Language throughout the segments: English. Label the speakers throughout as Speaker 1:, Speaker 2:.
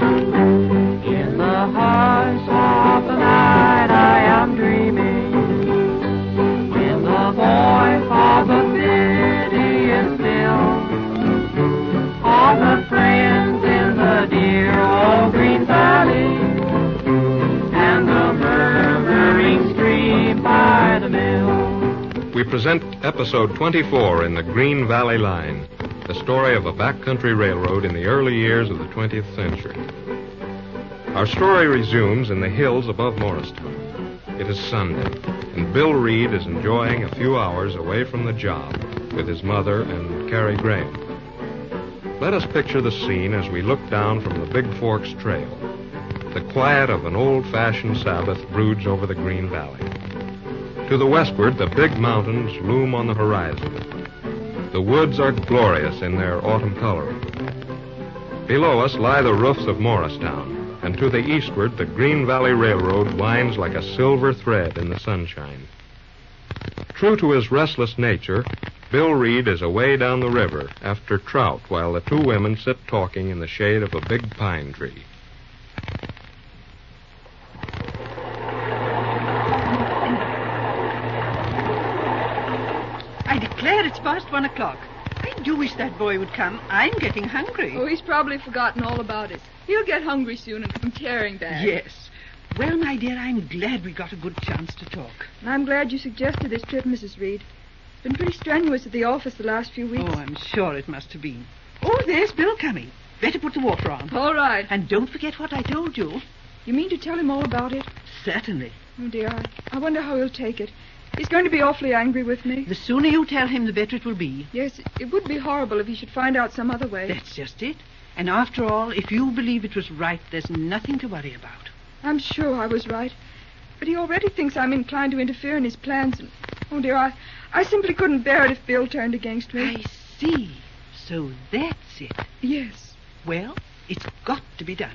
Speaker 1: In the hush of the night I am dreaming. In the voice of the city is still. Of the friends in the dear old green valley. And the murmuring stream by the mill.
Speaker 2: We present episode 24 in the Green Valley Line, the story of a backcountry railroad in the early years of the 20th century. Our story resumes in the hills above Morristown. It is Sunday, and Bill Reed is enjoying a few hours away from the job with his mother and Carrie Graham. Let us picture the scene as we look down from the Big Forks Trail. The quiet of an old fashioned Sabbath broods over the Green Valley. To the westward, the big mountains loom on the horizon. The woods are glorious in their autumn coloring. Below us lie the roofs of Morristown, and to the eastward, the Green Valley Railroad winds like a silver thread in the sunshine. True to his restless nature, Bill Reed is away down the river after trout while the two women sit talking in the shade of a big pine tree.
Speaker 3: I declare it's past one o'clock. I do wish that boy would come. I'm getting hungry.
Speaker 4: Oh, he's probably forgotten all about it. He'll get hungry soon and come tearing back.
Speaker 3: yes. Well, my dear, I'm glad we got a good chance to talk.
Speaker 4: And I'm glad you suggested this trip, Mrs. Reed. It's been pretty strenuous at the office the last few weeks.
Speaker 3: Oh, I'm sure it must have been. Oh, there's Bill coming. Better put the water on.
Speaker 4: Oh, All right.
Speaker 3: And don't forget what I told you.
Speaker 4: You mean to tell him all about it?
Speaker 3: Certainly.
Speaker 4: Oh, dear. I, I wonder how he'll take it. He's going to be awfully angry with me.
Speaker 3: The sooner you tell him, the better it will be.
Speaker 4: Yes, it- it would be horrible if he should find out some other way.
Speaker 3: That's just it. And after all, if you believe it was right, there's nothing to worry about.
Speaker 4: I'm sure I was right. But he already thinks I'm inclined to interfere in his plans. And, oh, dear, I, I simply couldn't bear it if Bill turned against me.
Speaker 3: I see. So that's it.
Speaker 4: Yes.
Speaker 3: Well, it's got to be done.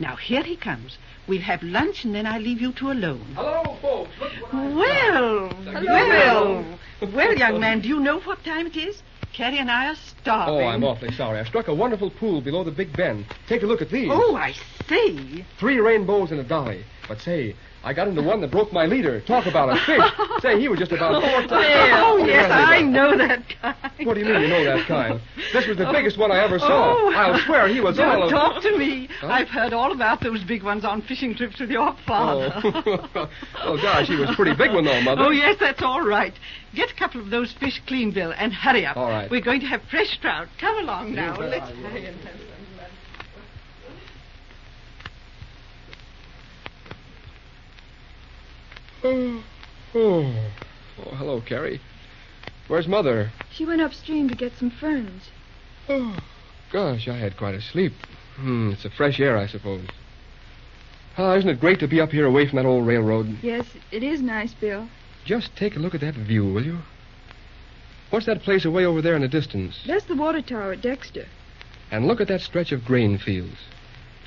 Speaker 3: Now, here he comes. We'll have lunch, and then I'll leave you two alone.
Speaker 5: Hello, folks. Look what I...
Speaker 3: Well, well, well, young man, do you know what time it is? Carrie and I are starving.
Speaker 5: Oh, I'm awfully sorry. I struck a wonderful pool below the Big Bend. Take a look at these.
Speaker 3: Oh, I see.
Speaker 5: Three rainbows and a dolly. But say, I got into one that broke my leader. Talk about a fish. say, he was just about four times.
Speaker 3: Oh, yes, I know that kind.
Speaker 5: What do you mean you know that kind? This was the biggest one I ever saw.
Speaker 3: Oh.
Speaker 5: I'll swear he was
Speaker 3: Don't
Speaker 5: all of...
Speaker 3: talk to me. I've heard all about those big ones on fishing trips with your father.
Speaker 5: Oh. Oh, gosh, he was a pretty big one, though, Mother.
Speaker 3: Oh, yes, that's all right. Get a couple of those fish clean, Bill, and hurry up.
Speaker 5: All right.
Speaker 3: We're going to have fresh trout. Come along now.
Speaker 5: where
Speaker 3: Let's
Speaker 5: are you?
Speaker 3: hurry and have some lunch.
Speaker 5: Oh. oh. Oh, hello, Carrie. Where's Mother?
Speaker 4: She went upstream to get some ferns.
Speaker 5: Oh, gosh, I had quite a sleep. Hmm, it's the fresh air, I suppose. Ah, isn't it great to be up here away from that old railroad?
Speaker 4: Yes, it is nice, Bill.
Speaker 5: Just take a look at that view, will you? What's that place away over there in the distance?
Speaker 4: That's the water tower at Dexter.
Speaker 5: And look at that stretch of grain fields.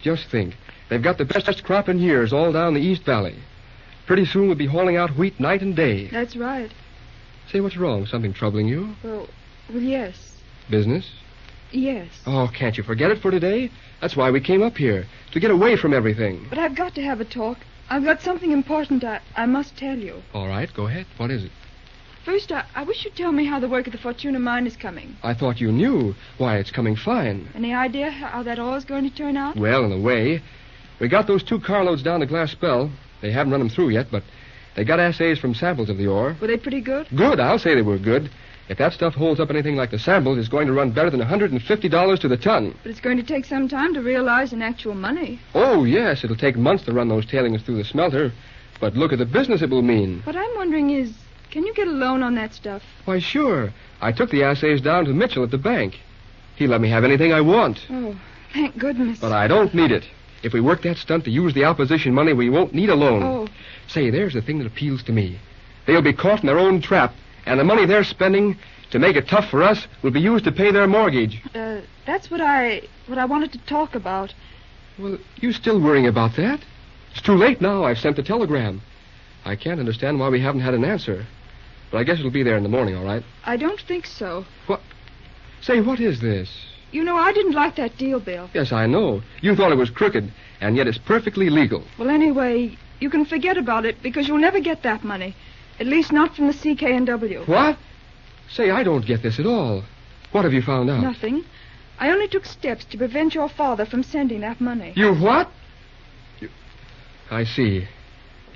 Speaker 5: Just think, they've got the best crop in years all down the East Valley. Pretty soon we'll be hauling out wheat night and day.
Speaker 4: That's right.
Speaker 5: Say, what's wrong? Something troubling you?
Speaker 4: Well, well, yes.
Speaker 5: Business?
Speaker 4: Yes.
Speaker 5: Oh, can't you forget it for today? That's why we came up here, to get away from everything.
Speaker 4: But I've got to have a talk. I've got something important I, I must tell you.
Speaker 5: All right, go ahead. What is it?
Speaker 4: First, I, I wish you'd tell me how the work at the Fortuna mine is coming.
Speaker 5: I thought you knew. Why, it's coming fine.
Speaker 4: Any idea how that all is going to turn out?
Speaker 5: Well, in a way. We got those two carloads down to Glass Spell. They haven't run them through yet, but they got assays from samples of the ore.
Speaker 4: Were they pretty good?
Speaker 5: Good, I'll say they were good. If that stuff holds up anything like the samples, it's going to run better than $150 to the ton.
Speaker 4: But it's going to take some time to realize in actual money.
Speaker 5: Oh, yes, it'll take months to run those tailings through the smelter. But look at the business it will mean.
Speaker 4: What I'm wondering is, can you get a loan on that stuff?
Speaker 5: Why, sure. I took the assays down to Mitchell at the bank. He let me have anything I want.
Speaker 4: Oh, thank goodness.
Speaker 5: But I don't need it. If we work that stunt to use the opposition money, we won't need a loan.
Speaker 4: Oh.
Speaker 5: Say, there's the thing that appeals to me. They'll be caught in their own trap, and the money they're spending to make it tough for us will be used to pay their mortgage.
Speaker 4: Uh, that's what I what I wanted to talk about.
Speaker 5: Well, you still worrying about that? It's too late now. I've sent the telegram. I can't understand why we haven't had an answer. But I guess it'll be there in the morning, all right?
Speaker 4: I don't think so.
Speaker 5: What? Say, what is this?
Speaker 4: You know, I didn't like that deal, Bill.
Speaker 5: Yes, I know. You thought it was crooked, and yet it's perfectly legal.
Speaker 4: Well, anyway, you can forget about it because you'll never get that money. At least not from the CKNW.
Speaker 5: What? Say, I don't get this at all. What have you found out?
Speaker 4: Nothing. I only took steps to prevent your father from sending that money.
Speaker 5: You what? You... I see.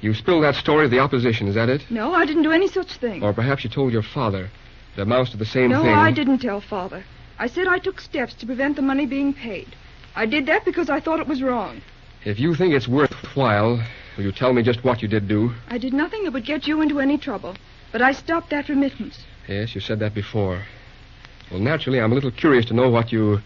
Speaker 5: You spilled that story to the opposition, is that it?
Speaker 4: No, I didn't do any such thing.
Speaker 5: Or perhaps you told your father. It amounts to the Oh, same
Speaker 4: no,
Speaker 5: thing.
Speaker 4: I didn't tell father. I said I took steps to prevent the money being paid. I did that because I thought it was wrong.
Speaker 5: If you think it's worthwhile, will you tell me just what you did do?
Speaker 4: I did nothing that would get you into any trouble, but I stopped that remittance.
Speaker 5: Yes, you said that before. Well, naturally, I'm a little curious to know what you.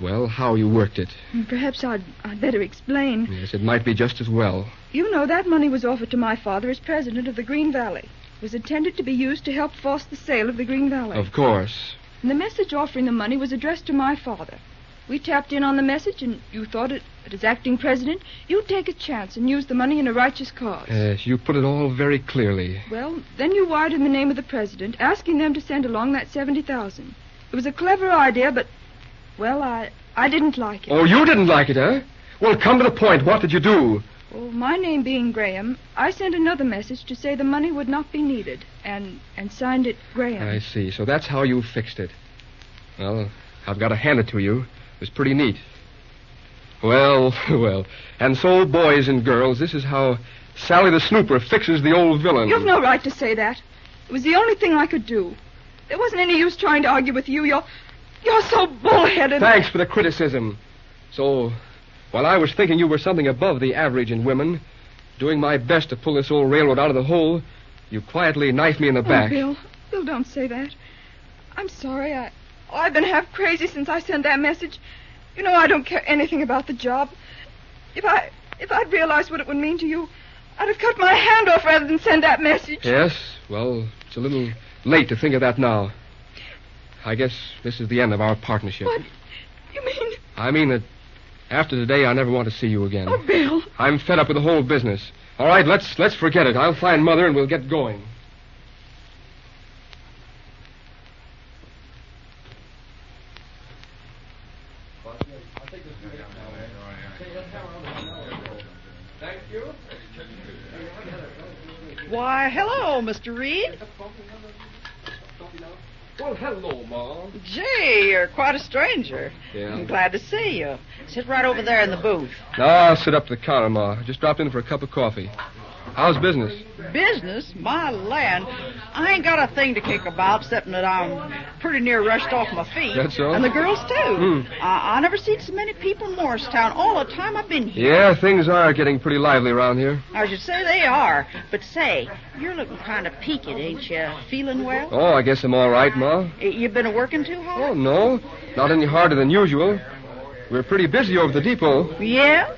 Speaker 5: Well, how you worked it.
Speaker 4: Perhaps I'd, I'd better explain.
Speaker 5: Yes, it might be just as well.
Speaker 4: You know, that money was offered to my father as president of the Green Valley. It was intended to be used to help force the sale of the Green Valley.
Speaker 5: Of course.
Speaker 4: And the message offering the money was addressed to my father. We tapped in on the message, and you thought it, that as acting president, you'd take a chance and use the money in a righteous cause.
Speaker 5: Yes, you put it all very clearly.
Speaker 4: Well, then you wired in the name of the president, asking them to send along that 70000 It was a clever idea, but, well, I, I didn't like it.
Speaker 5: Oh, you didn't like it, eh? Well, come to the point. What did you do?
Speaker 4: Well, my name being Graham, I sent another message to say the money would not be needed, and and signed it Graham.
Speaker 5: I see. So that's how you fixed it. Well, I've got to hand it to you. It was pretty neat. Well, well. And so, boys and girls, this is how Sally the Snooper fixes the old villain.
Speaker 4: You've no right to say that. It was the only thing I could do. There wasn't any use trying to argue with you. You're you're so bullheaded.
Speaker 5: Thanks for the criticism. So, while I was thinking you were something above the average in women, doing my best to pull this old railroad out of the hole, you quietly knifed me in the
Speaker 4: Oh,
Speaker 5: back.
Speaker 4: Bill, Bill, don't say that. I'm sorry. I oh, I've been half crazy since I sent that message. You know I don't care anything about the job. If I if I'd realized what it would mean to you, I'd have cut my hand off rather than send that message.
Speaker 5: Yes, well, it's a little late to think of that now. I guess this is the end of our partnership.
Speaker 4: What? You mean?
Speaker 5: I mean that after today, I never want to see you again.
Speaker 4: Oh, Bill.
Speaker 5: I'm fed up with the whole business. All right, let's let's forget it. I'll find mother and we'll get going.
Speaker 3: Why, hello, Mr. Reed.
Speaker 5: Well, hello, Mom.
Speaker 3: Gee, you're quite a stranger.
Speaker 5: Yeah.
Speaker 3: I'm glad to see you. Sit right over there in the booth.
Speaker 5: Now I'll sit up to the counter, Ma. I Just dropped in for a cup of coffee. How's business?
Speaker 3: Business? My land. I ain't got a thing to kick about, except that I'm pretty near rushed off my feet.
Speaker 5: That so?
Speaker 3: And the girls, too.
Speaker 5: Hmm.
Speaker 3: I, I never seen so many people in Morristown all the time I've been here.
Speaker 5: Yeah, things are getting pretty lively around here.
Speaker 3: I should say they are. But say, you're looking kind of peaked, ain't you? Feeling well?
Speaker 5: Oh, I guess I'm all right, Ma.
Speaker 3: Y- You been a working too
Speaker 5: Oh,
Speaker 3: hard?
Speaker 5: no. Not any harder than usual. We're pretty busy over at the depot.
Speaker 3: Yeah?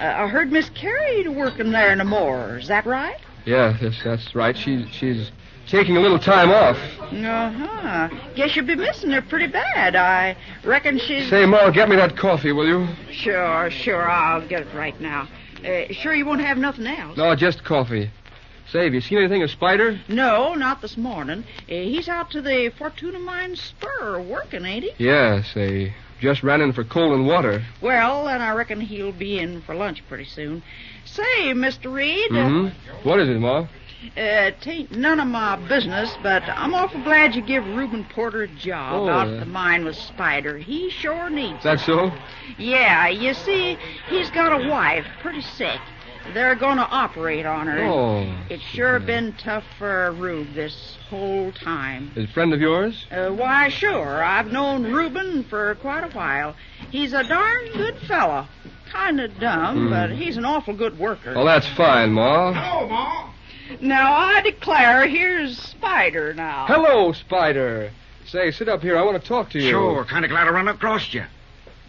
Speaker 3: Uh, I heard Miss Carrie working there no more. Is that right?
Speaker 5: Yeah, that's, that's right. She, she's taking a little time off.
Speaker 3: Uh huh. Guess you'll be missing her pretty bad. I reckon she's.
Speaker 5: Say, Ma, get me that coffee, will you?
Speaker 3: Sure, sure. I'll get it right now. Uh, sure, you won't have nothing else.
Speaker 5: No, just coffee. Say, have you seen anything of Spider?
Speaker 3: No, not this morning. Uh, he's out to the Fortuna Mine Spur working, ain't he?
Speaker 5: Yeah, say, just ran in for coal and water.
Speaker 3: Well, then I reckon he'll be in for lunch pretty soon. Say, Mr. Reed,
Speaker 5: hmm What is it, Ma?
Speaker 3: uh, tain't none of my business, but I'm awful glad you give Reuben Porter a job
Speaker 5: Oh,
Speaker 3: out
Speaker 5: uh,
Speaker 3: at the mine with Spider. He sure needs
Speaker 5: Is that so?
Speaker 3: Yeah, you see, he's got a wife, pretty sick. They're going to operate on her.
Speaker 5: Oh.
Speaker 3: It's sure been tough for Rube this whole time.
Speaker 5: Is a friend of yours?
Speaker 3: Uh, why, sure. I've known Reuben for quite a while. He's a darn good fella. Kind of dumb, but he's an awful good worker.
Speaker 5: Well, that's fine, Ma.
Speaker 6: Hello, Ma.
Speaker 3: Now, I declare, here's Spider now.
Speaker 5: Hello, Spider. Say, sit up here. I want to talk to you.
Speaker 6: Sure, kind of glad I run across you.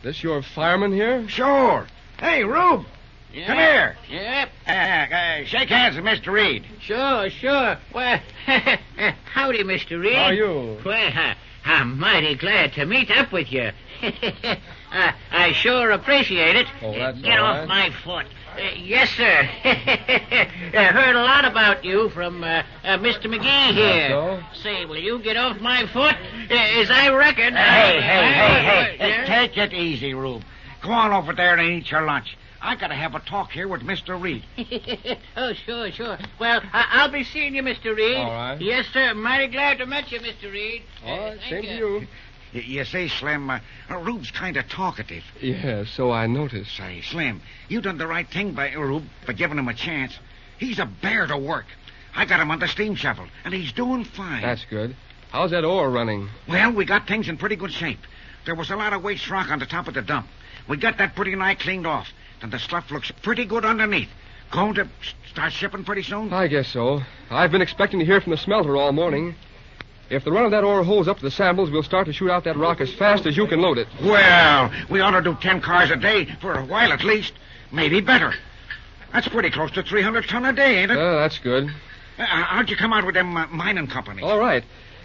Speaker 5: This your fireman here?
Speaker 6: Sure. Hey, Rube. Come here. Yep.
Speaker 7: shake hands with Mr. Reed.
Speaker 6: Sure, sure. Well, howdy, Mr. Reed.
Speaker 5: How are you?
Speaker 6: Well, I, I'm mighty glad to meet up with you. I, I sure appreciate it.
Speaker 5: Oh, that's
Speaker 6: Get
Speaker 5: all right.
Speaker 6: off my foot. Uh, yes, sir. I heard a lot about you from uh, uh, Mr. McGee here.
Speaker 5: so?
Speaker 6: Say, will you get off my foot? Uh, as I reckon.
Speaker 7: Hey, hey, hey, hey.
Speaker 6: Yeah?
Speaker 7: Take it easy, Rube. Go on over there and eat your lunch. I gotta have a talk here with Mr. Reed.
Speaker 6: oh, sure, sure. Well, I- I'll be seeing you, Mr. Reed.
Speaker 5: All right.
Speaker 6: Yes, sir. Mighty glad to meet you, Mr. Reed.
Speaker 5: All
Speaker 6: Uh,
Speaker 5: right, same
Speaker 6: thank
Speaker 5: to you.
Speaker 7: Y- you see, Slim, uh, Rube's kind of talkative.
Speaker 5: Yeah, so I noticed.
Speaker 7: Say, Slim, you done the right thing by Rube by giving him a chance. He's a bear to work. I got him on the steam shovel, and he's doing fine.
Speaker 5: That's good. How's that ore running?
Speaker 7: Well, we got things in pretty good shape. There was a lot of waste rock on the top of the dump. We got that pretty nigh cleaned off, and the stuff looks pretty good underneath. Going to s- start shipping pretty soon?
Speaker 5: I guess so. I've been expecting to hear from the smelter all morning. If the run of that ore holds up to the samples, we'll start to shoot out that rock as fast as you can load it.
Speaker 7: Well, we ought to do ten cars a day for a while at least. Maybe better. That's pretty close to 300 ton a day, ain't it?
Speaker 5: Uh, that's good.
Speaker 7: Uh, how'd you come out with them uh, mining companies?
Speaker 5: All right.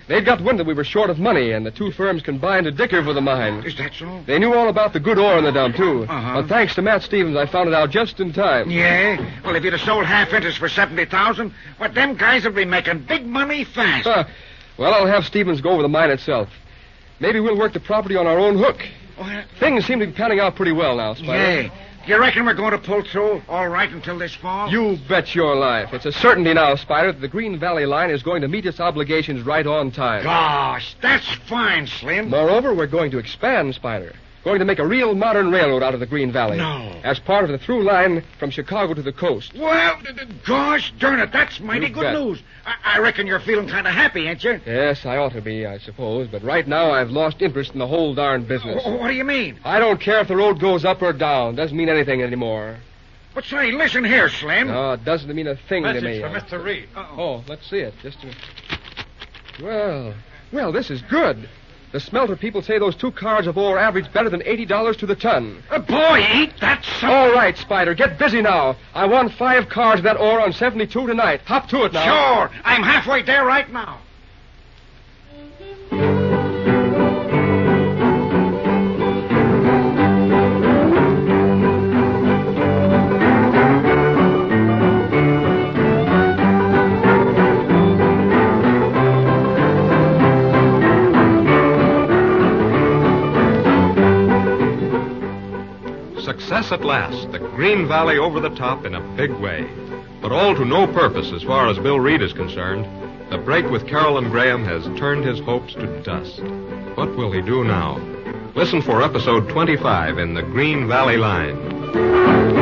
Speaker 5: They'd got wind that we were short of money, and the two firms combined to dicker for the mine.
Speaker 7: Is that so?
Speaker 5: They knew all about the good ore in the dump, too.
Speaker 7: Uh-huh.
Speaker 5: But thanks to Matt Stevens, I found it out just in time.
Speaker 7: Yeah. Well, if you'd have sold half interest for 70000 what them guys would be making big money fast.
Speaker 5: Huh. Well, I'll have Stevens go over the mine itself. Maybe we'll work the property on our own hook.
Speaker 7: Well,
Speaker 5: Things seem to be panning out pretty well now, Spider.
Speaker 7: Yeah. You reckon we're going to pull through all right until this fall?
Speaker 5: You bet your life. It's a certainty now, Spider, that the Green Valley Line is going to meet its obligations right on time.
Speaker 7: Gosh, that's fine, Slim.
Speaker 5: Moreover, we're going to expand, Spider. Going to make a real modern railroad out of the Green Valley.
Speaker 7: No.
Speaker 5: As part of the through line from Chicago to the coast.
Speaker 7: Well, d- d- gosh darn it, that's mighty
Speaker 5: You
Speaker 7: good
Speaker 5: bet.
Speaker 7: news. I-, I reckon you're feeling kind of happy, ain't you?
Speaker 5: Yes, I ought to be, I suppose, but right now I've lost interest in the whole darn business.
Speaker 7: Wh- what do you mean?
Speaker 5: I don't care if the road goes up or down. Doesn't mean anything anymore.
Speaker 7: But say, listen here, Slim.
Speaker 5: No, it doesn't mean a thing to me.
Speaker 2: Mr. Reed.
Speaker 5: Oh, let's see it. Just a minute. Well, well, this is good. The smelter people say those two cars of ore average better than eighty dollars to the ton.
Speaker 7: Uh, boy, ain't that something?
Speaker 5: All right, Spider, get busy now. I want five cars of that ore on seventy-two tonight. Hop to it now.
Speaker 7: Sure, I'm halfway there right now.
Speaker 2: Success at last. The Green Valley over the top in a big way. But all to no purpose as far as Bill Reed is concerned. The break with Carolyn Graham has turned his hopes to dust. What will he do now? Listen for episode 25 in The Green Valley Line.